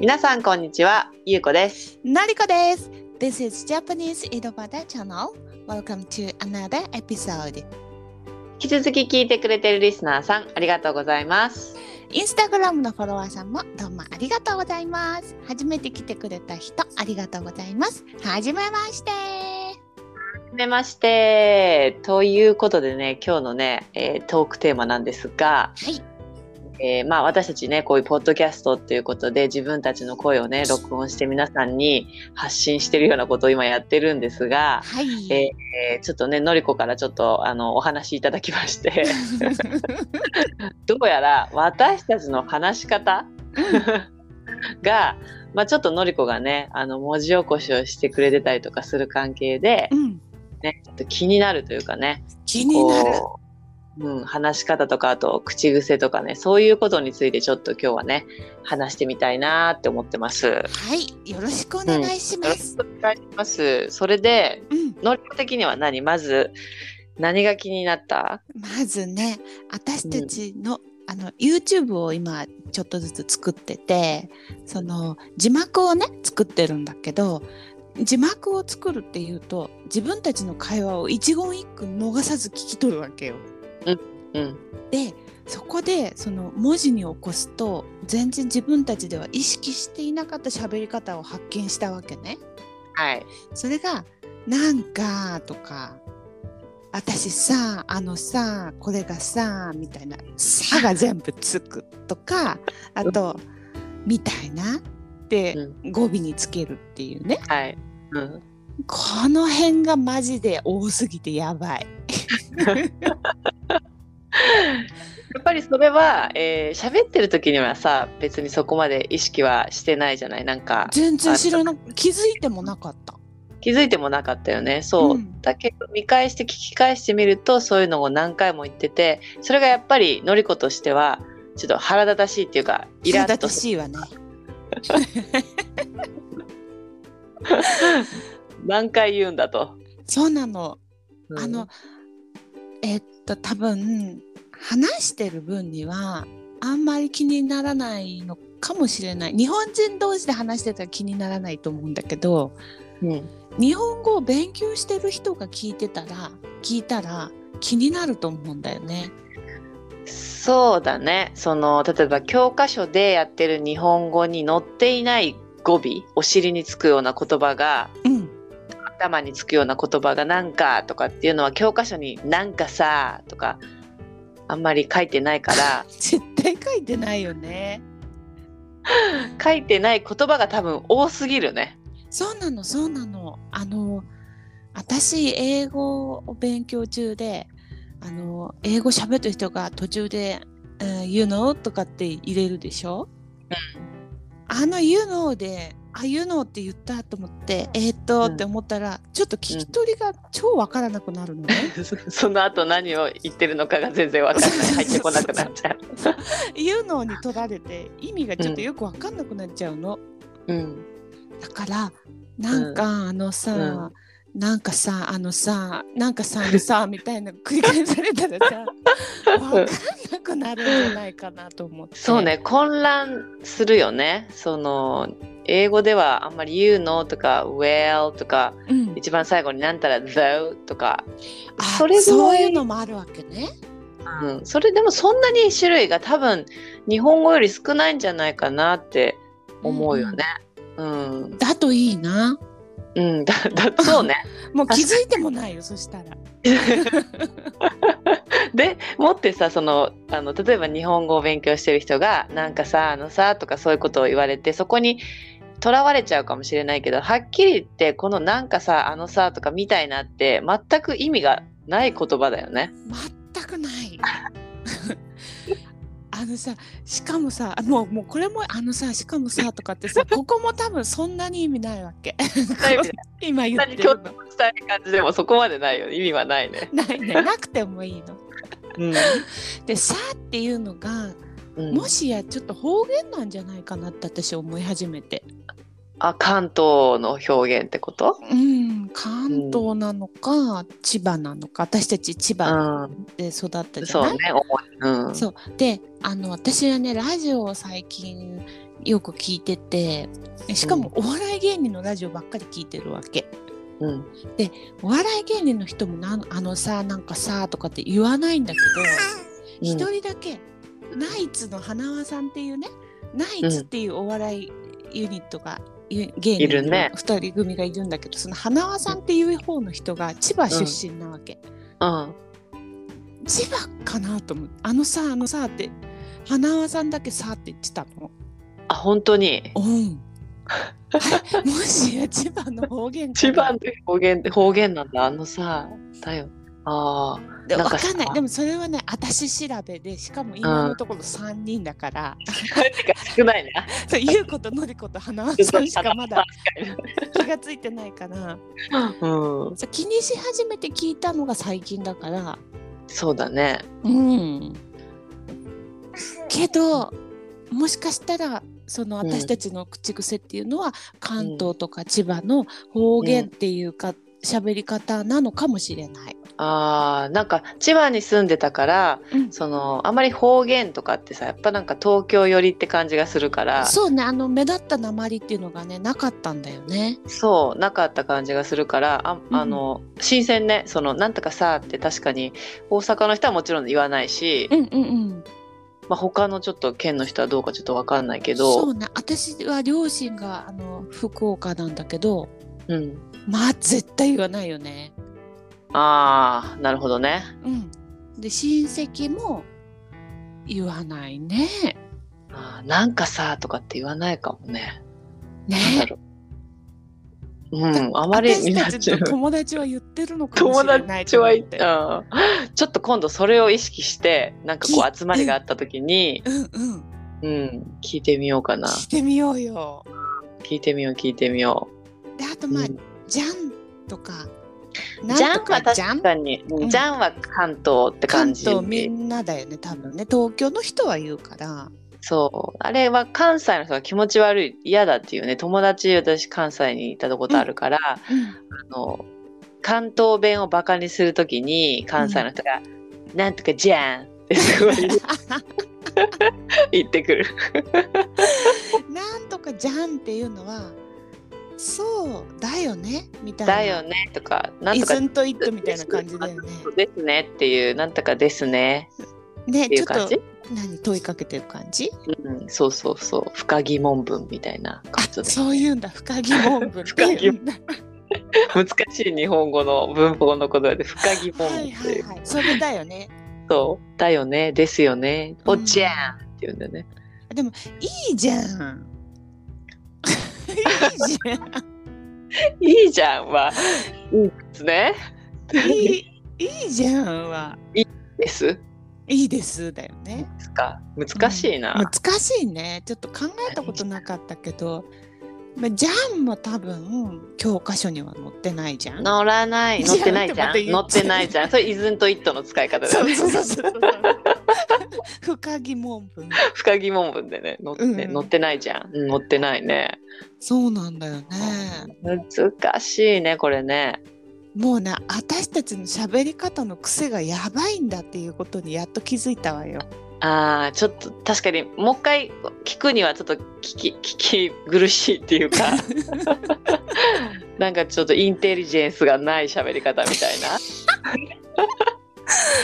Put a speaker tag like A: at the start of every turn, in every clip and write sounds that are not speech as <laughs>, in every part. A: 皆さんこんにちは、ゆうこです。
B: Nariko です。This is Japanese Idobada Channel. Welcome to another episode.
A: 引き続き聞いてくれてるリスナーさん、ありがとうございます。
B: インスタグラムのフォロワーさんもどうもありがとうございます。初めて来てくれた人ありがとうございます。はじめまして。
A: はじめまして。ということでね、今日のね、えートークテーマなんですが、
B: はい。
A: えーまあ私たちね、こういうポッドキャストっていうことで、自分たちの声をね、録音して皆さんに発信してるようなことを今やってるんですが、
B: はい。
A: えーちょっとね、のりこからちょっとあのお話いただきまして、どうやら私たちの話し方が、まあ、ちょっとのりこがねあの文字起こしをしてくれてたりとかする関係で
B: <laughs> う、ん。
A: ね、ちょっと気になるというかね
B: 気になる。
A: こう、うん、話し方とかあと口癖とかねそういうことについてちょっと今日はね話してみたいなって思ってます。よ
B: はい。よろしくお願いしま
A: ろし
B: す。
A: くお願いします。それで
B: うん。
A: のりこ的には何まず何が気になった
B: まずね、私たちの、あの YouTube を今ちょっとずつ作っててその字幕をね作ってるんだけど字幕を作るっていうと自分たちの会話を一言一句逃さず聞き取るわけよ。
A: うん
B: でそこでその文字に起こすと全然自分たちでは意識していなかった喋り方を発見したわけね。
A: はい
B: それが「なんか」とか「私さあのさこれがさ」みたいな「さ」が全部つくとかあと「みたいな」って語尾につけるっていうね
A: はい、うん、
B: この辺がマジで多すぎてやばい。
A: やっぱりそれは喋、えー、喋ってる時にはさ別にそこまで意識はしてないじゃないなんか
B: 全然知らな気づいてもなかった。
A: 気づいてもなかったよねそう、
B: うん
A: だけど見返して聞き返してみるとそういうのを何回も言っててそれがやっぱりのりことしてはちょっと腹立たしいっていうかイラッと
B: 苛立たしいわね。
A: 何回言うんだと。
B: そうなの。
A: うん
B: あの、えっと多分話してる分にはあんまり気にならないのかもしれない日本人同士で話してたら気にならないと思うんだけど
A: うん
B: 日本語を勉強してる人が聞いてたら聞いたら気になると思うんだよね。
A: そうだねその例えば教科書でやってる日本語に載っていない語尾お尻につくような言葉が
B: うん、
A: 頭につくような言葉が「なんか」とかっていうのは教科書に「なんかさ」とかあんまり書いてないから
B: 絶対書いてないよね。
A: 書いてない言葉が多分多すぎる <laughs> ね。
B: そうなのそうなの。あの私英語を勉強中であの英語喋ってる人が途中で「えー you know」とかって入れるでしょあの「you know」で「あ you know」って言ったと思って「えーっと」
A: うん
B: って思ったらちょっと聞き取りが超わからなくなるのね。
A: その後何を言ってるのかが全然わからない入ってこなくなっちゃう。
B: <laughs> you know に取られて意味がちょっとよくわかんなくなっちゃうの。
A: うん、
B: だからなんか、あのさ、なんかさあのさなんかさあ
A: <laughs>
B: のさみたいな繰り返されたらさ分かんなくなるんじゃないかなと思って
A: そうね混乱するよね。その英語ではあんまり「you know」とか「well」とか
B: うん、
A: 一番最後になんたら「though」とか
B: あ
A: それぐ
B: そう
A: らい
B: いうのもあるわけね
A: うん、それでもそんなに種類が多分日本語より少ないんじゃないかなって思うよね。うん、
B: だといいな
A: うん、だだ <laughs> そうね。
B: もう気づいても
A: <laughs>
B: ないよそしたら
A: でもってさそのあの例えば日本語を勉強してる人が「なんかさあのさ」とかそういうことを言われてそこにとらわれちゃうかもしれないけどはっきり言ってこの「なんかさあのさ」とかみたいなって全く意味がない言葉だよね。
B: 全くない <laughs> あのさしかもさもうもうこれもあのさしかもさとかってさここも多分そんなに意味ないわけ
A: ないよね
B: 今言
A: そ
B: っ
A: んな
B: て
A: に共
B: る
A: 通
B: の
A: したい感じでもそこまでないよね意味はないね。
B: ないね
A: <laughs>
B: なくてもいいの
A: うん
B: で「さ」っていうのが
A: うん
B: もしやちょっと方言なんじゃないかなって私思い始めて
A: あ関東の表現ってこと
B: うん関東なのか、千葉なのか私たち千葉
A: う
B: で育った
A: ん、
B: じゃ
A: そう
B: ない、
A: ね、重い。うん、
B: そうであの私はねラジオを最近よく聞いててしかもお笑い芸人のラジオばっかり聞いてるわけ。
A: うん。
B: お笑い芸人の人もなんあのさなんかさとかって言わないんだけど一、
A: うん
B: 人だけナイツの花輪さんっていうねナイツっていうお笑いユニットが、ゆ芸
A: い
B: 人
A: る
B: の
A: ね
B: 2人組がいるんだけど、その花輪さんっていう方の人が千葉出身なわけ。
A: うん。
B: 千葉かなと思ってあのさあのさって花輪さんだけさって言ってたの。
A: あ、本当に。 <laughs>
B: うん。あれもしや千葉の方言か
A: 千
B: な
A: 葉の方言って方言なんだ。あのさ、だよ。ああ。
B: で
A: な
B: わ
A: んか
B: かんない
A: さ
B: でもそれはね私調べでしかも今のところ3人だから、
A: てか少ないな。
B: そう優子とのりこと花輪さんしかまだ
A: 確
B: 気がついてないから
A: かに。うん。
B: そう気にし始めて聞いたのが最近だから
A: そうだね。
B: うんけどもしかしたらその
A: うん
B: 私たちの口癖っていうのは、関東とか千葉の方言っていうか喋、り方なのかもしれない。
A: あーなんか千葉に住んでたから、
B: うん
A: そのあまり方言とかってさやっぱなんか東京寄りって感じがするからそ
B: そうねあの目立った鉛っていうのがねなかったんだよね。
A: うなかった感じがするからあ
B: うん
A: あの、新鮮ねそのなんとかさって確かに大阪の人はもちろん言わないし、
B: うんうんうん。
A: まあ、他のちょっと県の人はどうかちょっとわかんないけ
B: そ
A: ど
B: うね私は両親があの福岡なんだけど
A: うん、
B: まあ絶対言わないよね。
A: あーなるほどね
B: うん、で親戚も言わないね。
A: あーなんかさとかって言わないかもねなんだ
B: ね
A: ろううんあまり
B: 私たちの友達は言ってるのかも
A: 友
B: しれない
A: 達
B: と思
A: は
B: っ
A: い
B: て。
A: たちょっと今度それを意識してなんかこ
B: 聞
A: う集まりがあった時に、
B: うんうん
A: うん、聞いてみようかな
B: 聞いてみようよ。
A: 聞いてみよう聞いてみよ
B: であと
A: う、
B: まあ、
A: うん
B: じゃんとか。
A: ジャン
B: な
A: は
B: んとかじゃん
A: 確かに
B: ん
A: ジャンは関東って感
B: 関
A: じ
B: 東みんなだよね多分ね東京の人は言うから。
A: そうあれは関西の人が気持ち悪い嫌だっていうね友達私関西にいたことあるから、あの関東弁をバカにするときに関西の人が「なんとかじゃん」ってすごい言ってくる。
B: <laughs> なんとかじゃんっていうのはそうだよねみたいな
A: だよねとか「なん
B: イ
A: とか
B: ズンとイットみたいな感じだよね
A: そうですねっていう、なんとかですね
B: ね
A: ってい
B: ち
A: う
B: ょっ
A: 感
B: と
A: じ。
B: 何問いかけてる感じ
A: うん、そうそうそう、深疑問文みたいな感じ
B: あ
A: で。
B: そういうんだ深疑問 <laughs> 文っていうんだ
A: 難しい日本語の文法の言葉で、深疑問
B: は
A: 文
B: い
A: って。
B: はいいうはいそれだよね
A: そう、だよね、ですよね、お
B: うん
A: じゃんっていうんだよね。
B: <laughs> いいじゃんいいじゃ
A: いいじゃんは。いいですね。
B: んいいいいじゃんは
A: です。
B: いいですだよね
A: ですか。難しいな。
B: うん難しいねちょっと考えたことなかったけど、まあ、ジャンも多分教科書には載ってない <laughs> じゃん。
A: 乗らない、乗ってないじゃ
B: い
A: ん。
B: や
A: 乗
B: また言っ
A: っ
B: ちゃう
A: てないじゃん。それイズンとイットの使い方だ
B: そ
A: よ
B: う <laughs>
A: ね。
B: そうそ
A: <laughs>
B: うそう。深疑問文。
A: 深疑問文でね、乗って、
B: うん
A: 乗ってないじゃん。うん乗ってないね。
B: そうなんだよね。
A: 難しいねこれね
B: もうね私たちの喋り方の癖がやばいんだっていうことにやっと気づいたわ <laughs> よ。
A: あーちょっと確かにもう一回聞くにはちょっと聞き聞き苦しいって
B: <laughs>
A: いうかなんかちょっとインテリジェンスがない喋り方みたいな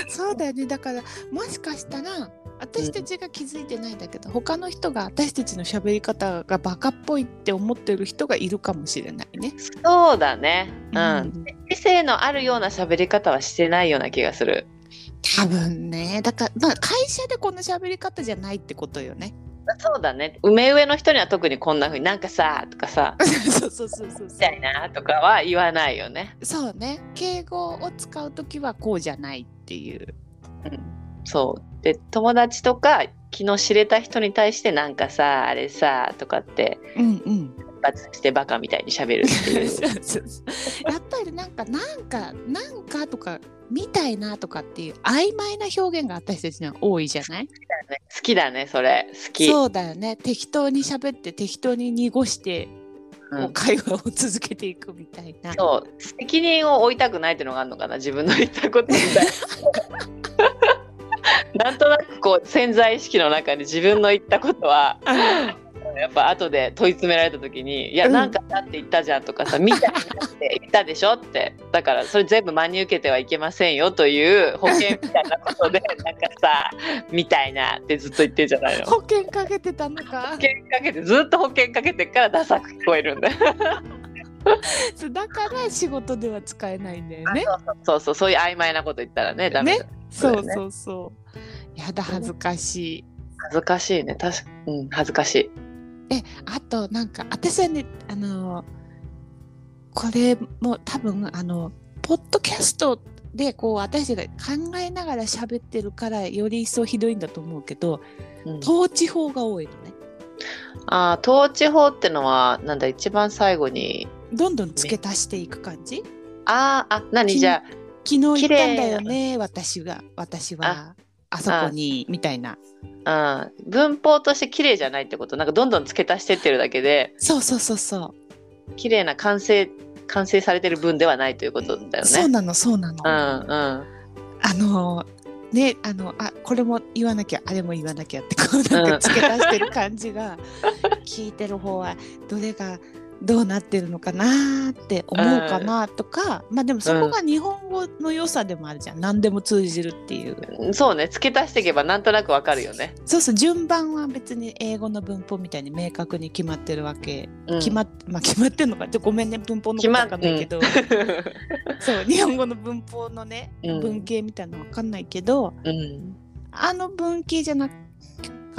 B: そうだよねだからもしかしたら私たちが気づいてないんだけど、他の人が私たちの喋り方がバカっぽいって思ってる人がいるかもしれないね。
A: そうだねう
B: うんん
A: 知性のあるような喋り方はしてないような気がする
B: 多分ねだから、まあ、会社でこの喋り方じゃないってことよね。 <laughs>
A: そうだね梅上の人には特にこんな風になんかさとかさ
B: そうそうそうそう
A: み
B: そ。
A: たいうなとかは言わないよね
B: そうね敬語を使う時はこうじゃないっていう。
A: そうで友達とか気の知れた人に対してなんかさあれさとかって
B: うんうん。
A: 発してバカみたいに喋るって
B: <laughs>
A: いう
B: やっぱりなんかなんかなんかとかみたいなとかっていう曖昧な表現が私たちには多いじゃない
A: 好きだねそれ好き
B: そうだよね適当に喋って適当に濁して、
A: うん
B: こう会話を続けていくみたいな。
A: そう責任を負いたくないっていうのがあるのかな自分の言ったことみ <laughs> たいななんとなくこう潜在意識の中に自分の言ったことは
B: あの
A: やっぱ後で問い詰められた時に「いや
B: うん
A: なんかさって言ったじゃん」とかさ「見たって言ったでしょ」ってだからそれ全部真に受けてはいけませんよという保険みたいなこと <laughs> でなんかさ「みたいな」ってずっと言ってんじゃないの <laughs> 保
B: 保険かけてたのか
A: 険かけてずっと保険かけてっからダサく聞こえるんだよ
B: だから仕事では使えないんだよね
A: そうそうそういう曖昧なこと言ったらねダメだ、
B: ね
A: そ
B: そうう
A: だよね
B: そうそうやだ恥ずかしい
A: 恥ずかしいね確かうん恥ずかしい
B: えあとなんか私はねあのこれも多分あのポッドキャストでこう私が考えながら喋ってるからより一層ひどいんだと思うけど
A: うん
B: 統治法が多いのね
A: あー統治法ってのはなんだ一番最後に
B: どんどん付け足していく感じ
A: あーあ何
B: き
A: じゃ
B: 昨日
A: 綺
B: 行った
A: 麗
B: んだよね私が私はあそこにみたいな
A: あ、うん、文法として綺麗じゃないってことなんかどんどん付け足してってるだけで
B: そうそうそうそう
A: 綺麗な完成完成されてる分ではないということだよね。
B: そうなのそうなの、
A: うん
B: あ
A: うん
B: のねあのあこれも言わなきゃあれも言わなきゃってこうなん
A: う
B: か
A: ん
B: 付け足してる感じ
A: <laughs>
B: が聞いてる方はどれがどうなってるのかなーって思うかなとか、まあでもそこが日本語の良さでもあるじゃん何でも通じるっていう
A: うんそうね付け足していけばなんとなくわかるよね。
B: そうそう順番は別に英語の文法みたいに明確に決まってるわけ、
A: うん <laughs>
B: 決まっまあ決まってんのかちょっとごめんね文法のことわかんないけど、そう日本語の文法のね、
A: うん
B: 文系みたいなのわかんないけど
A: うん、
B: あの文系じゃなか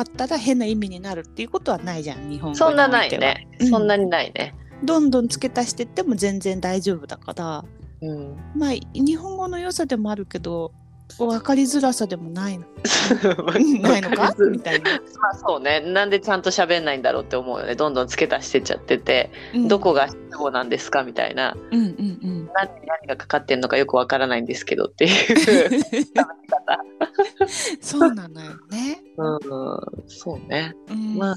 B: ったら変な意味になるっていうことはないじゃん日本語においては
A: そんなないね、
B: うん
A: そんなにないね。
B: どんどん付け足してっても全然大丈夫だから
A: うん、
B: まあ日本語の良さでもあるけど分かりづらさでもないの
A: <laughs>
B: <laughs> ないのかみたいな、
A: まあそうねなんでちゃんと喋んないんだろうって思うよねどんどん付け足してっちゃってて、
B: うん
A: どこが主語なんですかみたいな
B: うんうんうん
A: 何何がかかってんのかよくわからないんですけどっていう。
B: <laughs> そうなのよね。
A: うん、そうね。
B: うん
A: まあ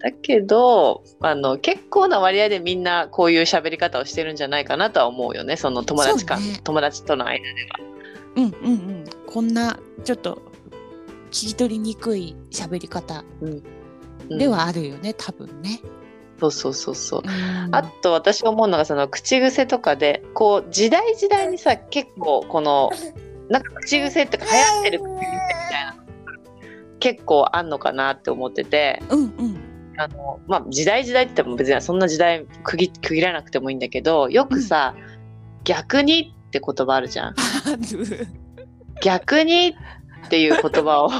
A: だけど、あの結構な割合でみんなこういう喋り方をしてるんじゃないかなとは思うよね。その友達間、
B: そうね
A: 友達との間で。
B: うんうんうん。こんなちょっと聞き取りにくい喋り方
A: うん
B: で。はあるよね、多分ね。
A: そうそうそうそう。
B: うん
A: あと私思うのがその口癖とかでこう時代時代にさ結構このなんか口癖ってか流行ってる口癖みたいな結構あんのかなって思ってて
B: うんうん
A: あの、まあ、時代時代って言っても別にそんな時代区切区切らなくてもいいんだけどよくさ、逆にって言葉あるじゃん。
B: ある。
A: 逆にっていう言葉
B: <laughs>
A: を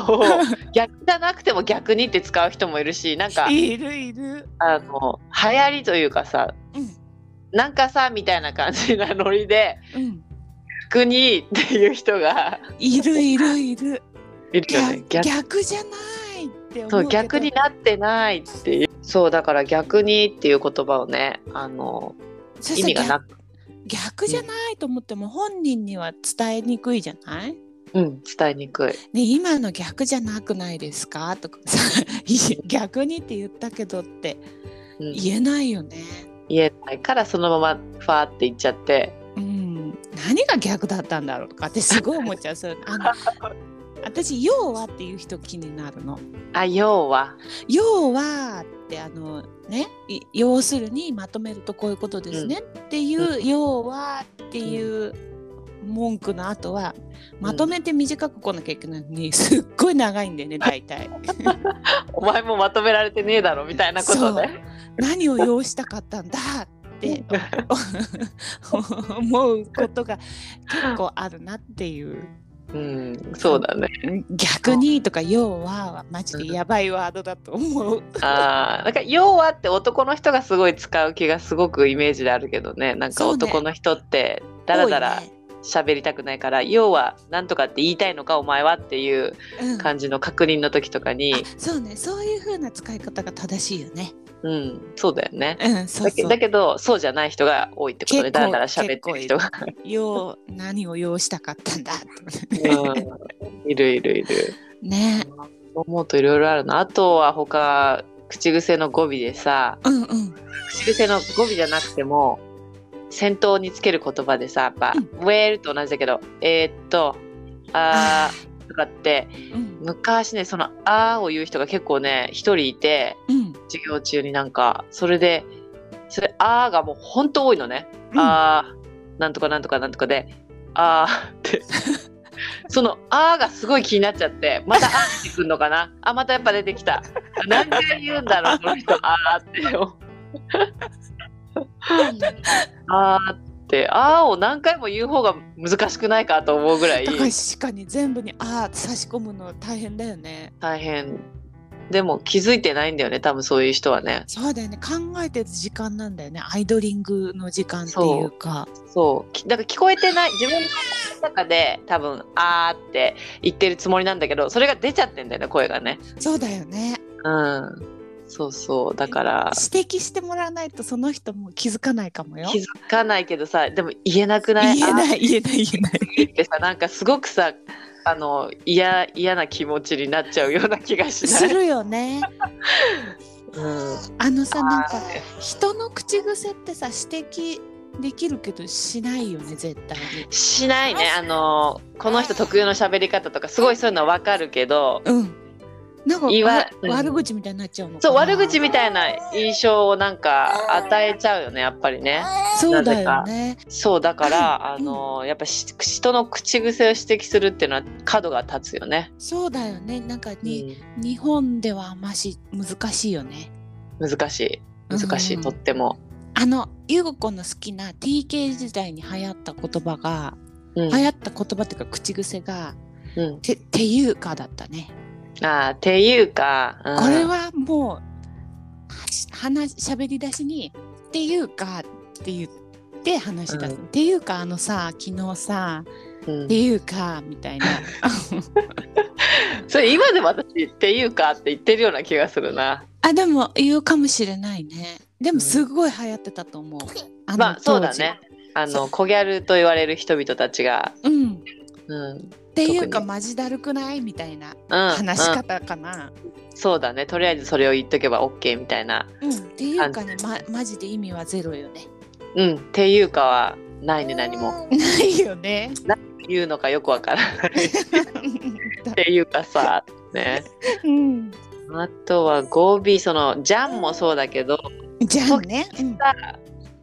A: 逆じゃなくても逆にって使う人もいるしなんか
B: いるいる。
A: あの流行りというかさ
B: う
A: なんかさみたいな感じなノリで
B: んうん。
A: 逆にっていう人が
B: いるいるいる。
A: いるよね
B: 逆
A: 逆
B: 逆じゃないって思うけど。
A: そう逆になってないっていうそうだから逆にっていう言葉をねあの
B: そうそう
A: 意味がな
B: 逆
A: く、
B: 逆じゃないと思っても本人には伝えにくいじゃない。
A: うん、伝えにくい。
B: ね、今の逆じゃなくないですかとかさ <laughs> 逆にって言ったけどって
A: うん
B: 言えないよね。
A: 言えないからそのままファーって言っちゃって
B: うん、何が逆だったんだろうとかってすごい思っちゃう。それあの私「要は」っていう人気になるの。
A: あ要は
B: 要はってあのねい要するにまとめるとこういうことですね、っていう「要は」っていう文句の後はまとめて短く来なきゃいけないのにすっごい長いんだよね大体。
A: お前もまとめられてねえだろみたいなことね。
B: 何を要したかったんだって思うことが結構あるなっていう
A: うん、そうだね。
B: 逆にとか「要は」はマジでやばいワードだと思う。
A: ああ、なんか要はって男の人がすごい使う気がすごくイメージであるけどね。なんか
B: そうね
A: 男の人ってダラダラ喋りたくないから、要はなんとかって言いたいのかお前はっていう
B: 多いね、うん
A: 感じの確認の時とかに、
B: あそうねそういう風な使い方が正しいよね。
A: うん、そうだよね。
B: うん、そう
A: だけ
B: そう
A: だけどそうじゃない人が多いってことで
B: 結構
A: ダラダラ喋ってる人が、
B: 要何を要したかったんだ <laughs>
A: うん、いるいるいる。
B: ね。
A: 思うといろいろあるなあとは他口癖の語尾でさ
B: うんうん。
A: 口癖の語尾じゃなくても先頭につける言葉でさやっぱ「
B: う
A: ウェール」と同じだけどえーっとあーとかって
B: うん
A: 昔ねその「あ」を言う人が結構ね一人いて
B: うん
A: 授業中になんかそれでそれ「あ」がもうほんと多いのね。
B: うん
A: あーなんとかなんとかなんとかであーって <laughs> そのあーがすごい気になっちゃってまたあー出てくるのかなあまたやっぱ出てきた何回言うんだろうこの人あーってあーってあーを何回も言う方が難しくないかと思うぐらい
B: だから確かに全部に「あ」差し込むの大変だよね。
A: 大変でも気づいてないんだよね多分そういう人はね
B: そうだよね考えてる時間なんだよねアイドリングの時間っていうか。
A: そうきだから聞こえてない自分の中で多分あーって言ってるつもりなんだけどそれが出ちゃってんだよね声がね
B: そうだよね
A: うん、そうそうだから
B: 指摘してもらわないとその人も気づかないかもよ。
A: 気づかないけどさでも言えなくない
B: 言え
A: あ
B: ない言えない言え
A: <laughs>
B: ない。
A: ーってさなんかすごくさあの嫌嫌な気持ちになっちゃうような気がし
B: す
A: ない。
B: るよね。
A: うん、
B: あのさなんか
A: あー
B: 人の口癖ってさ指摘できるけどしないよね絶対に。
A: しないねあのこの人特有の喋り方とかすごいそういうのは分かるけど
B: うん。なんか
A: 言わ
B: わ悪口みたいになっちゃうのか
A: そ
B: な。
A: う悪口みたいな印象をなんか与えちゃうよねやっぱりね。
B: そうだよね。
A: そうだからあ
B: うん
A: のやっぱし人の口癖を指摘するっていうのは角が立つよね。
B: そうだよね。なんかに、
A: うん
B: 日本ではあんまし難しいよね。
A: 難しい難しい、
B: うん
A: とっても。
B: あのゆうごこの好きな TK 時代に流行った言葉が、
A: うん
B: 流行った言葉っていうか口癖が
A: うん
B: てていうかだったね。
A: あーていうか、うん
B: これはもうはし話しゃべり出しに「っていうか」って言って話し出す、
A: う
B: っていうかあのさ昨日さ「
A: うん
B: っていうか」みたいな
A: それ今でも私「ていうか」って言ってるような気がするな
B: あでも言うかもしれないねで
A: う
B: も
A: ん
B: すごい流行ってたと
A: <laughs>
B: 思う、の
A: まあそうだ
B: 当時
A: ねあの小ギャルと言われる人々たちが、
B: うんっ
A: うんうん、
B: ていう
A: 特
B: か
A: に
B: マジだるくないみたいな話し
A: うん
B: 方かな、
A: そうだねとりあえずそれを言っとけば OK みたいな
B: うんっていうかね、ま、マジで意味はゼロよね
A: 「うん」っていうかは <laughs> ないね何も
B: ないよね
A: 言うのかよくわからないっ
B: だ
A: ていうかさね
B: <laughs> うん
A: あとは語尾その「じゃん」もそうだけど
B: じゃあね、うん
A: 「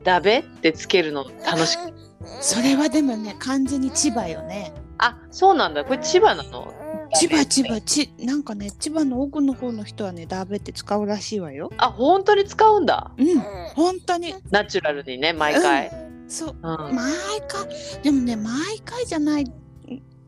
A: だべ」ってつけるの楽しく
B: それはでもね完全に千葉よね
A: あそうなんだこれ千葉なの
B: 千葉千葉ちなんかね千葉の奥の方の人はねダーベって使うらしいわよ
A: あ本当に使うんだ
B: うん本当に
A: ナチュラルにね毎回、
B: そう
A: うん
B: 毎回でもね毎回じゃない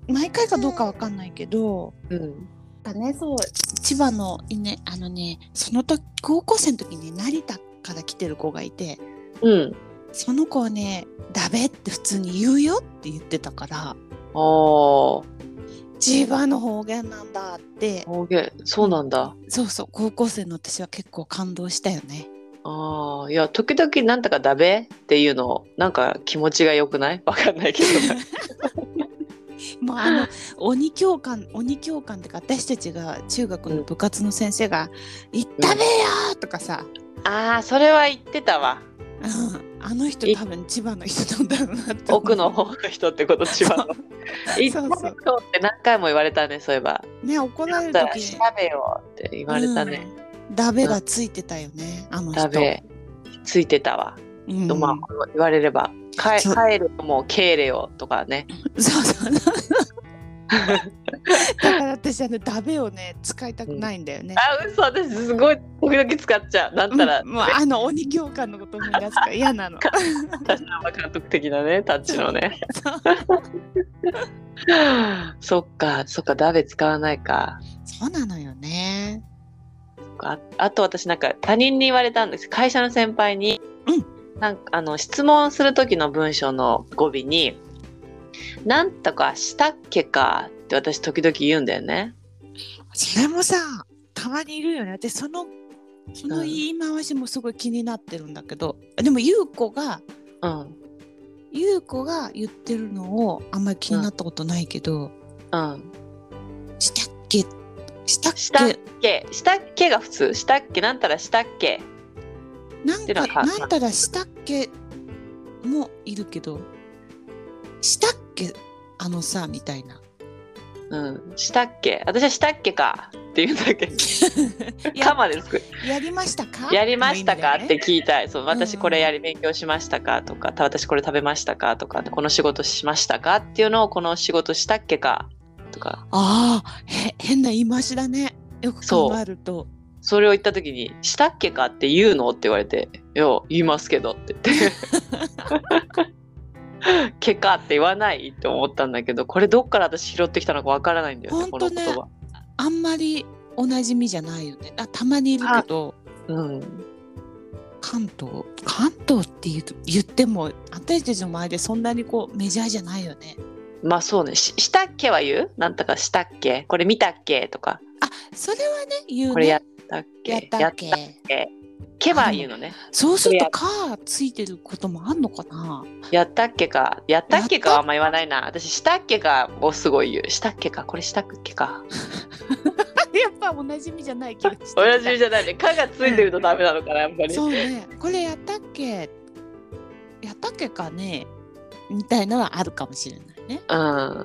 B: 毎回かどうかわかんないけど
A: うん
B: だねそう千葉のねあのねその時高校生の時に成田から来てる子がいて
A: うん。
B: その子はねダベって普通に言うよって言ってたから
A: おー、
B: 千葉の方言なんだって
A: 方言、そうなんだ。
B: そうそう高校生の私は結構感動したよね
A: ああ、いや、時々なんとかだべっていうの、なんか気持ちが良くないわかんないけど。
B: もうあ <laughs> の鬼教官鬼教官ってか私たちが中学の部活の先生が「行ったべよ!」とかさ、
A: ああ、それは言ってたわ。
B: うん、 <laughs> あの人
A: い
B: 多分千葉の人なんだろうなって思う
A: 奥の方の人ってこと、千葉の。いっぱい
B: そうそう
A: そうって何回も言われたね、そういえば。
B: ね怒られ
A: だ
B: る
A: から、
B: 時
A: 調べようって言われたね。
B: うんダベがついてたよね、あの人
A: だべ、ついてたわ。
B: うん
A: とまあ、言われれば。かえ
B: そう
A: 帰るともう、けれよとかね。
B: そうそう <laughs> そうだから私あのダベをね使いたくないんだよね、
A: あ、嘘、私すごい、時々使っちゃう。なんたら、
B: うんもうあの鬼教官のこと思い出すから
A: <laughs>
B: 嫌なの
A: 立花監督的なねタッチのね <laughs>
B: そ
A: そ
B: う
A: っかそっかダベ使わないか
B: そうなのよね
A: ああと私なんか他人に言われたんです会社の先輩に、なんかあの質問する時の文章の語尾に「なんとかしたっけか」って私時々言うんだよね
B: それもさたまにいるよねでそのその
A: うん
B: 言い回しもすごい気になってるんだけど、でも優子が
A: うん
B: 優子が言ってるのをあんまり気になったことないけど、
A: うん
B: したっけしたっけ
A: したっけしたっけが普通したっけなんたらしたっけ
B: なん
A: ての
B: か
A: はか
B: なんたらしたっけもいるけどしたっけあのさみたいな
A: うん、したっけ私はしたっけかって言うんだっけ <laughs> か
B: や
A: まですく
B: やりましたか
A: やりましたか
B: の
A: っ
B: 意味で
A: て
B: ね
A: 聞いたいそう私
B: うん
A: これやり勉強しましたかとかた私これ食べましたかとかこの仕事しましたかっていうのをこの仕事したっけかとか
B: ああへ変な言い回しだねよく考えると
A: それを言った時に「したっけかって言うの?」って言われて「いや言いますけど」
B: <laughs>
A: って言って「けか」って言わないって思ったんだけどこれどっから私拾ってきたのかわからないんだよね
B: ほん
A: こ
B: と
A: の
B: ね
A: 言葉。
B: あんまりおなじみじゃないよねあたまにいるけど
A: うん、
B: 関東関東って言うと言っても私たちの前でそんなにこうメジャーじゃないよね
A: まあそうねししたっけは言うなんとかしたっけこれ見たっけとか
B: あそれはね言うね
A: これやったっけ
B: やったっけ
A: やけは言うのね
B: そうすると「か」ついてることもあんのかな
A: やったっけか、やったっけか
B: やっ
A: は
B: た
A: あんま言わないな。私、したっけかをすごい言う。したっけか、これしたっけか。
B: <laughs> やっぱおなじみじゃない気がして
A: 同じじゃないね。かがついてるとダメなのかな、やっぱり。
B: そうねこれやったっけやったっけかねみたいのはあるかもしれないね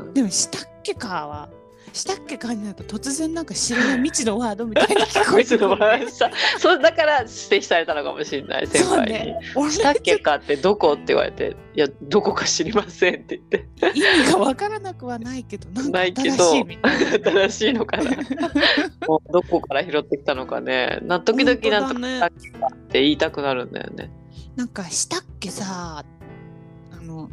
A: うん。
B: でもしたっけかはしたっけかになると突然なんか知らない未知のワードみたい
A: <laughs>
B: に聞こ
A: こい
B: え
A: つ
B: てく
A: の
B: る
A: 笑
B: ね、
A: いさ。そう、だから指摘されたのかもしれない、先
B: そう
A: 輩に
B: ね。俺
A: したっけかってどこって言われて、いや、どこか知りませんって言って。
B: <laughs> 意味がわからなくはないけどなんか
A: ないけ
B: 新
A: ど
B: しいみたい
A: 正しいの
B: <laughs>
A: かな。もうどこから拾ってきたのかね。な時々なん
B: 本
A: と
B: 当
A: かした
B: だね
A: っけかって言いたくなるんだよね。
B: なんかしたっけさあの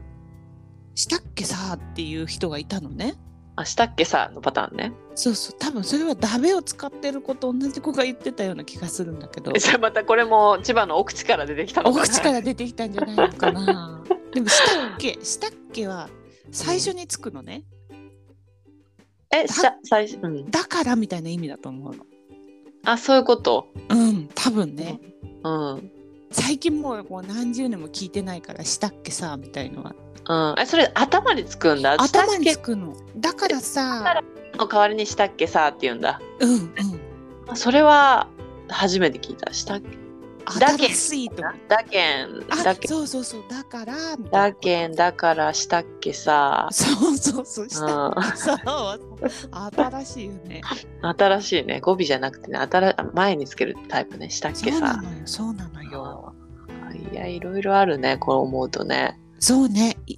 B: したっけさっていう人がいたのね
A: あ、したっけさのパターンね。
B: そうそう多分それはダメを使ってる子と同じ子が言ってたような気がするんだ
A: <laughs>
B: けど
A: じゃあまたこれも千葉の奥地から出てきたの
B: お
A: かな。
B: 口から出てきたんじゃないのかなでもしたっけしたっけは最初につくのね
A: え、しゃ、最初、うん、
B: だからみたいな意味だと思うの
A: あ、そういうこと。
B: うん多分ね
A: うん、うん、
B: 最近もうもう何十年も聞いてないからしたっけさみたいのは
A: え、それ頭につくんだ。したっ
B: 頭に
A: け
B: つくのだから
A: だ
B: さ
A: かの代わりにしたっけさって言うんだ。
B: うんうん
A: あそれは初めて聞いた。したっけ。だけ
B: 新しいと思う
A: だけん、
B: あ
A: だけん、
B: そうそうそうだからみたい
A: だ
B: な
A: けん、だからしたっけさ。
B: そうそうそう
A: う
B: したっ
A: ん、
B: けさは新しいよね
A: 新しいね語尾じゃなくてね新し前につけるタイプねしたっ
B: そ
A: け
B: うな
A: さ
B: のよそうなのよ
A: うんいやいろいろあるねこれ思うとね
B: そうねい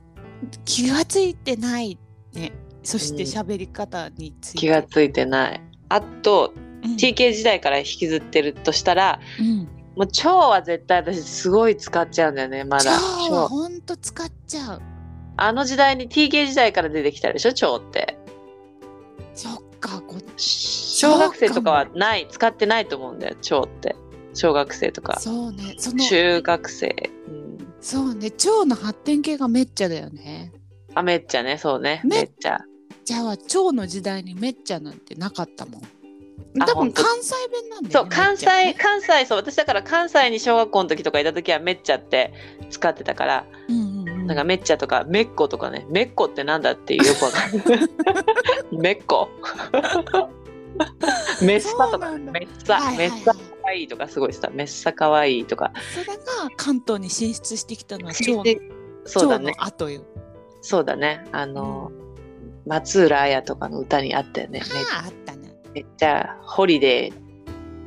B: 気がついてないねそして
A: うん
B: 喋り方について
A: 気がついてないあと
B: うん
A: TK 時代から引きずってるとしたら
B: うん
A: もう腸は絶対私すごい使っちゃうんだよねまだ
B: 腸は
A: 腸
B: ほんと使っちゃう
A: あの時代に TK 時代から出てきたでしょ腸って
B: そっかこ
A: 小学生とかはない使ってないと思うんだよ腸って小学生とか
B: そうねその
A: 中学生、うん、
B: そうね腸の発展系がめっちゃだよね
A: あめっちゃねそうね
B: め
A: め
B: っ
A: っちゃ
B: じゃあ腸の時代にめっちゃなんてなかったもん
A: あ
B: 多
A: ほ
B: 分
A: んと
B: 関西弁なんだよね
A: そう関
B: めっちゃ
A: 西
B: ね
A: 関西そう私だから関西に小学校の時とかいた時はめっちゃって使ってたから
B: うんうんうん
A: なんかめっちゃとかめっことかねめっこってなんだっていうよくわかん
B: <laughs>
A: ないめっこめっさ
B: そう
A: とか
B: なんだ
A: めっさ
B: はいは
A: め
B: い
A: っ
B: はい
A: さかわいいとかすごいさめっさかわいいとか
B: それが関東に進出してきたのは腸の
A: <laughs> そうだ
B: 腸
A: ね
B: の後よ
A: そうだねあの松浦綾とかの歌にあったよね
B: あああったね
A: めめっちゃホリデ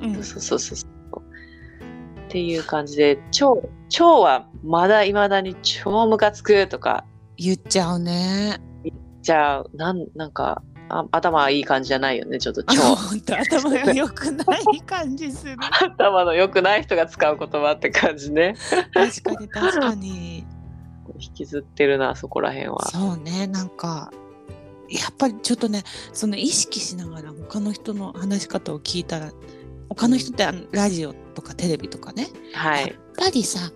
A: ー
B: うん
A: そうそうそうそうっていう感じで腸腸はまだいまだに超ムカつくとか
B: 言っちゃうね
A: じゃあなんなんかあ頭いい感じじゃないよねちょっと
B: あ
A: 腸
B: 本当頭が良くない感じする
A: 頭の良くない人が使う言葉って感じね
B: 確かに確かに
A: 引きずってるなそこら辺は
B: そうねなんかやっぱりちょっとねその意識しながら他の人の話し方を聞いたら他の人ってあのラジオとかテレビとかね
A: は
B: や
A: い
B: っぱりさ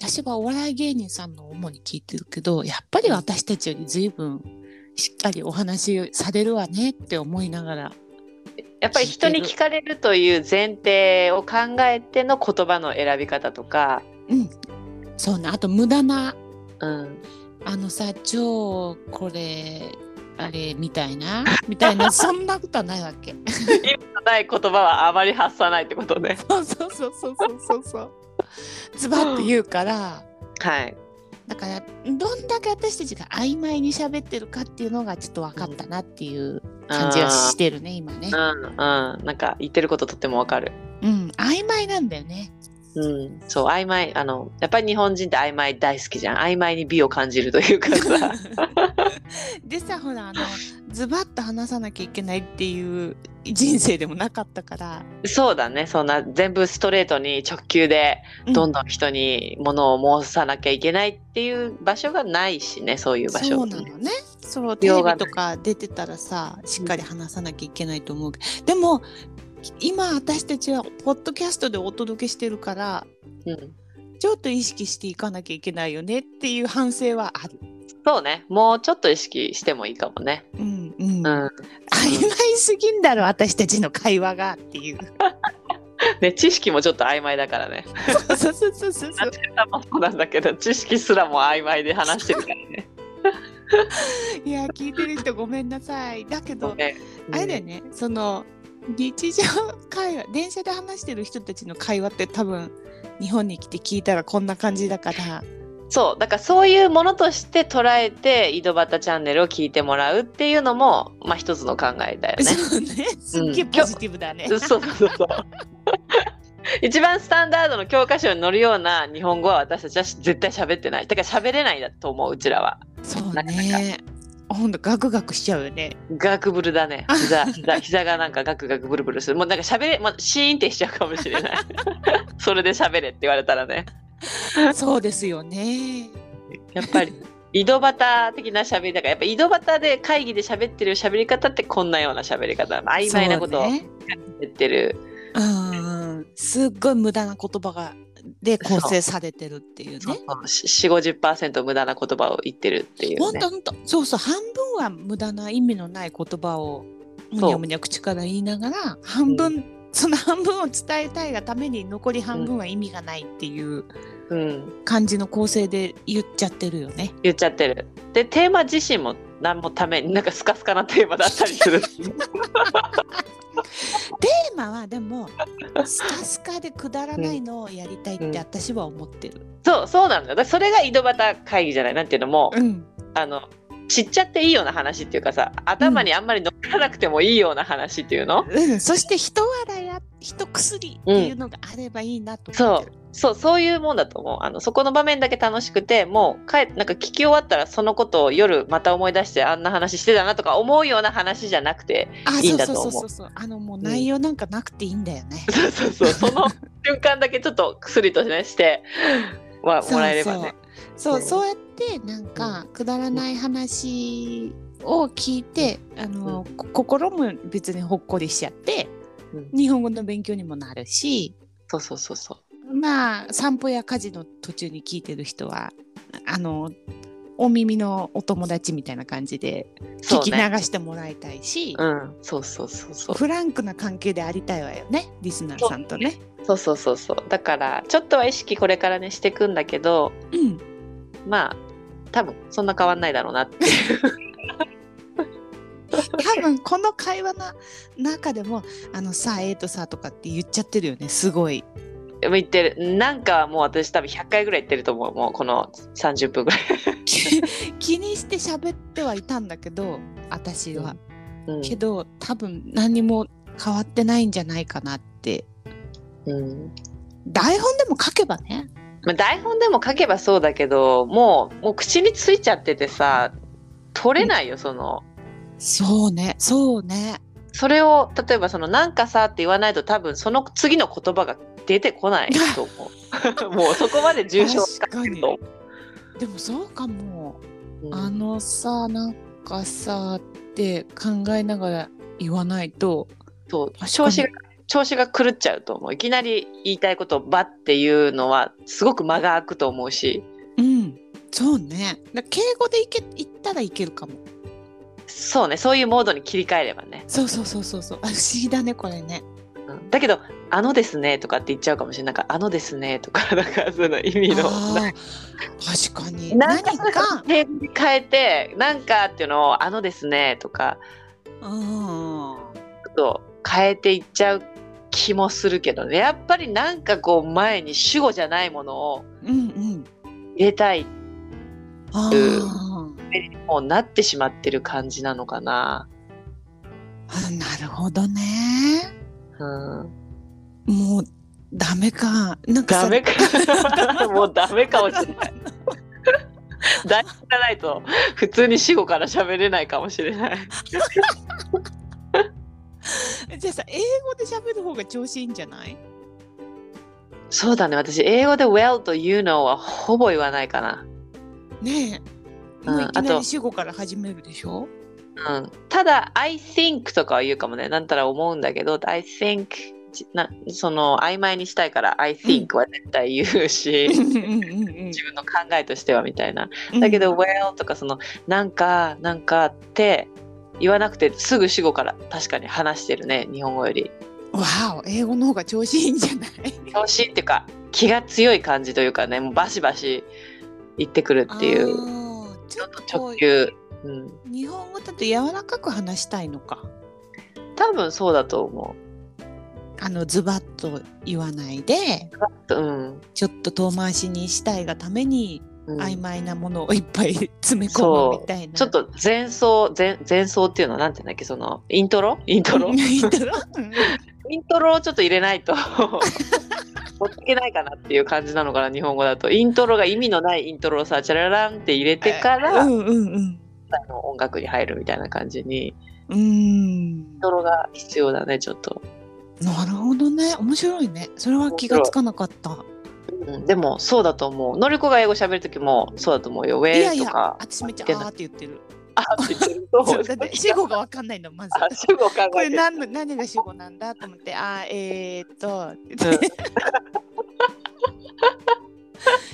B: 私はお笑い芸人さんの主に聞いてるけどやっぱり私たちより随分しっかりお話をされるわねって思いながら
A: やっぱり人に聞かれるという前提を考えての言葉の選び方とか
B: うんそうねあと無駄な
A: うん
B: あのさ超これあれみたいなみたい <laughs> なそんなことはないわけ
A: ない言葉はあまり発さないってことね
B: そうそうそうそうそうそうそうズバッと言うから
A: はい
B: だからどんだけ私たちが曖昧に喋ってるかっていうのがちょっと分かったなっていう感じがしてるね、今ね
A: う。んうんなんか言ってることとってもわかる
B: うん曖昧なんだよね。
A: うんそう曖昧あのやっぱり日本人って曖昧大好きじゃん曖昧に美を感じるというか
B: <laughs>
A: さ
B: <laughs> でさほらあのズバッと話さなきゃいけないっていう人生でもなかったから、
A: そうだねそんな全部ストレートに直球で
B: う
A: どんどん人に物を申さなきゃいけないっていう場所がないしねそういう場所
B: そうなのねそう
A: 必
B: テレ
A: 要
B: ビ
A: がない
B: とか出てたらさしっかり話さなきゃいけないと思うけど、でも今私たちはポッドキャストでお届けしてるから
A: うん、
B: ちょっと意識していかなきゃいけないよねっていう反省はある。
A: そうねもうちょっと意識してもいいかもね
B: うんうん、
A: うん
B: 曖昧すぎんだろ私たちの会話がって <laughs> いう。
A: ね知識もちょっと曖昧だからね <laughs>
B: そうそうそうそうそう。
A: 頭そうなんだけど知識すらも曖昧で話してるからね
B: いや聞いてる人ごめんなさい。だけど
A: ごめん
B: あれだよね、その日常会話電車で話してる人たちの会話って多分日本に来て聞いたらこんな感じだから
A: そうだからそういうものとして捉えて井戸端チャンネルを聞いてもらうっていうのも、まあ、一つの考えだよね。
B: そうねすっげえポジティブだね、
A: そうそうそうそう一番スタンダードの教科書に載るような日本語は私たちは絶対喋ってないだから喋れないだと思ううちらは
B: そう
A: なかな
B: ねほんとガクガクしちゃうよね
A: ガクブルだね膝膝膝がなんかガクガクブルブルするもうなんか喋れ、まあ、シーンってしちゃうかもしれないそれで喋れって言われたらね
B: そうですよね
A: やっぱり井戸端的な喋りだからやっぱ井戸端で会議で喋ってる喋り方ってこんなような喋り方曖昧なことを
B: そう
A: 言
B: ね
A: ってる
B: うんうんすっごい無駄な言葉がで構成されてるっていうね
A: 4 5 0無駄な言葉を言ってるってい
B: ほ
A: うんね
B: とほんとそうそう半分は無駄な意味のない言葉をむ
A: そう
B: にゃむにゃ口から言いながら半分、その半分を伝えたいがために残り半分は意味がないっていう
A: うん
B: 感じの構成で言っちゃってるよね。
A: 言っちゃってるでテーマ自身も何もためになんかスカスカなテーマだったりする
B: <laughs> テーマはで
A: <laughs>
B: もスカスカでくだらないのをやりたいっ
A: うん
B: て私は思ってる。
A: そうそうなんだよだからそれが井戸端会議じゃないなんていうのも
B: うん、
A: あの知っちゃっていいような話っていうかさ頭にあんまり乗っからなくてもいいような話っていうの、
B: うん、そして一笑いや一薬っていうのがあればいいなと思ってる。
A: そうそういうもんだと思うあのそこの場面だけ楽しくてもう帰なんか聞き終わったらそのことを夜また思い出してあんな話してたなとか思うような話じゃなくてい
B: あ、
A: い
B: そ
A: ん
B: う
A: だ
B: そう
A: と
B: そ
A: 思
B: う
A: う
B: そうそう。あのもう内容なんかなくていいんだよね。
A: そうそう <laughs> そうその瞬間だけちょっと薬とねして、まあ、もらえればね。
B: そうそう
A: う
B: そうやってなんかくだらない話を聞いて、あのこ心も別にほっこりしちゃって
A: うん
B: 日本語の勉強にもなるし
A: そうそうそうそう
B: まあ散歩や家事の途中に聞いてる人はあのお耳のお友達みたいな感じで
A: そ
B: 聞
A: う
B: き流
A: ね
B: してもらいたいし、
A: うんそうそうそうそう
B: フランクな関係でありたいわよねリスナーさんとね。
A: そうそうそうそうだからちょっとは意識これからねしていくんだけど
B: うん
A: まあ多分そんな変わんないだろうなっていう
B: 多分この会話の中でも「あのさえーとさ」とかって言っちゃってるよねすごい。
A: でも言ってるなんかもう私多分100回ぐらい言ってると思うもうこの30分ぐらい、
B: き気にして喋ってはいたんだけど私は。
A: うん
B: けど多分何も変わってないんじゃないかなって
A: うん
B: 台本でも書けばね。
A: まあ、台本でも書けばそうだけどもうもう口についちゃっててさ取れないよその。
B: そうねそうね。
A: それを例えばそのなんかさって言わないと多分その次の言葉が出てこないと思
B: <laughs>
A: うもうそこまで重症化してると思
B: でもそうかも。
A: ううん
B: あのさなんかさって考えながら言わないと
A: そう
B: 確か
A: 調
B: に
A: 子が調子が狂っちゃうと思ういきなり言いたいことをばっていうのはすごく間が空くと思うし
B: うんそうね。だ敬語でいけ言ったらいけるかも。
A: そうねそういうモードに切り替えればね、
B: そうそうそうそうそう。あ不思議だねこれね。
A: うんだけど「あのですね」とかって言っちゃうかもしれないなんか「あのですね」とか <laughs> なんかその意味の
B: あー確かに。
A: な
B: 何
A: んかそれ
B: か。
A: 英語に変えて「なんか」っていうのを「あのですね」とか
B: う
A: ち
B: ん。
A: ょっと変えていっちゃう気もするけどねやっぱりなんかこう前に主語じゃないものを
B: うんうん。
A: 入れたい
B: あー
A: もうなってしまってる感じなのかな。
B: あなるほどね
A: うん、
B: もうダメかなんかさ
A: ダ
B: <laughs>
A: メかもうダメかもしれない。大事じゃないと普通に死後から喋れないかもしれない。
B: じゃあさ英語で喋る方が調子いいんじゃない
A: そうだね私英語で「well」と「you know」はほぼ言わないかな。
B: ねえ
A: うん
B: もういき
A: あ
B: な
A: と
B: り主語から始めるでしょ
A: うん、ただ「I think」とかは言うかもねなんたら思うんだけど「I think」ちなその曖昧にしたいから「I think」は絶対言うし、
B: うんうんうんうん
A: 自分の考えとしてはみたいなだけど「well」とかその「なんかなんか」って言わなくてすぐ主語から確かに話してるね日本語より
B: わお英語の方が調子いいんじゃない
A: 調子いいっていうか気が強い感じというかねもうバシバシ言ってくるっていう
B: あーちょっとこ
A: 直
B: う
A: 球、うん、
B: 日本語だと柔らかく話したいのか
A: 多分そうだと思
B: あのズバッと言わないで
A: ううん、
B: ちょっと遠回しにしたいがために
A: うん
B: 曖昧なものをいっぱい詰め込
A: そ
B: む
A: う
B: みたいな、
A: ちょっと前奏前前奏っていうのはなんていうんだっけそのイントロイントロ
B: うんいいんだろ
A: <laughs>
B: うん
A: イントロをちょっと入れないと <laughs> 持っていけないかなっていう感じなのかな日本語だとイントロが意味のないイントロをさチャラランって入れてから、
B: うんうんうん
A: あの音楽に入るみたいな感じにイン
B: うーん
A: トロが必要だねちょっと、
B: なるほどね面白いねそれは気がつかなかった
A: うん、でもそうだと思うのりこが英語喋る時もそうだと思うよウ
B: い
A: ェ
B: や
A: イ
B: い
A: と
B: や
A: か
B: 私めっちゃ
A: 言ってな
B: あー
A: い
B: って言ってる
A: あって言ってると思
B: そううだって主語がわかんないのまず
A: あ主語考
B: こ
A: えて
B: れ
A: る
B: 何の何が主語なんだと思ってあーえー、っとって言って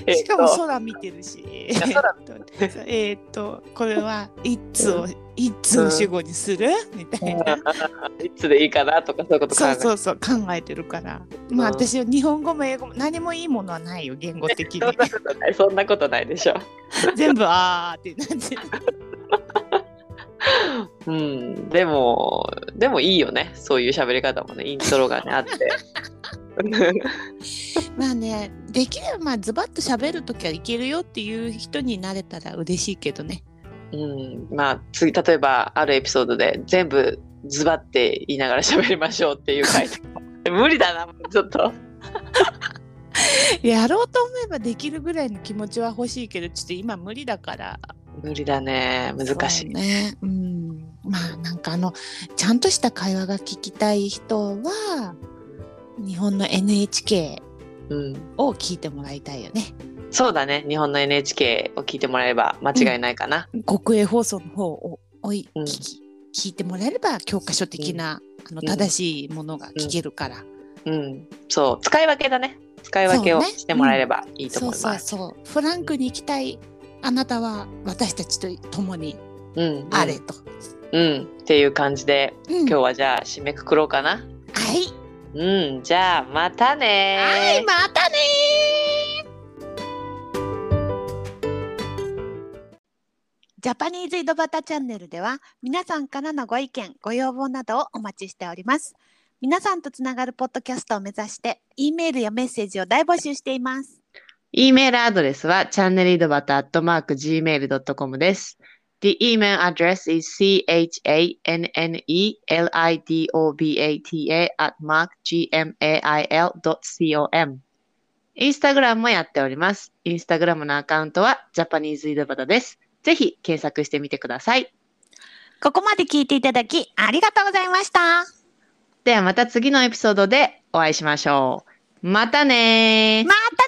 A: えっと
B: しかも空見てるし、え
A: や空
B: ーっとそうえーっとこれは「いつ」を「いつ」を主語にするみたいな、
A: うんいつでいいかなとかそういうこと考
B: そう
A: えて
B: そうそう考えてるから、まあ
A: うん
B: 私は日本語も英語も何もいいものはないよ言語的に
A: そんなことないそんなことないでしょ
B: <laughs> 全部「あー」ってなって
A: うん、でも、でもいいよね。そういう喋り方もね、イントロがね、あって。
B: <laughs> まあねできればまあズバッと喋るときはいけるよっていう人になれたら嬉しいけどね
A: <laughs> うん、まあ、次、例えば、あるエピソードで、全部ズバって言いながら喋りましょうっていう回と
B: <laughs>
A: か。無理だな、もうちょっと。
B: やろうと思えばできるぐらいの気持ちは欲しいけどちょっと今無理だから
A: 無理だね、難し
B: そ。
A: いう
B: ね。うん。まあなんかあのちゃんとした会話が聞きたい人は日本の NHK
A: うん、
B: を聞いてもらいたいよね。
A: そうだね、日本の NHK を聞いてもらえれば間違いないかな。
B: 国営放送の方をおい、
A: うん
B: 聞き聞いてもらえれば教科書的な、あの
A: うん
B: 正しいものが聞けるから。
A: うん、そう、使い分けだね。使い分けを
B: そうね
A: してもらえればいいと
B: そ
A: 思い
B: うそう
A: ます。
B: そう。フランクに行きたいあなたは私たちと共に
A: うん、うん
B: あれと。
A: うん、っていう感じで、
B: うん
A: 今日はじゃあ締めくくろうかな。
B: はい。
A: うん、じゃあまたねー
B: はい、またねージャパニーズ井戸端チャンネルでは皆さんからのご意見ご要望などをお待ちしております皆さんとつながるポッドキャストを目指して E メールやメッセージを大募集しています
A: E メールアドレスは channelidobata.gmail.com です。The email address is chanelidobata at mark gmail.com インスタグラムもやっております。インスタグラムのアカウントはジャパニーズ井戸端です。ぜひ検索してみてください。
B: ここまで聞いていただきありがとうございました
A: ではまた次のエピソードでお会いしましょう。またねー
B: またねー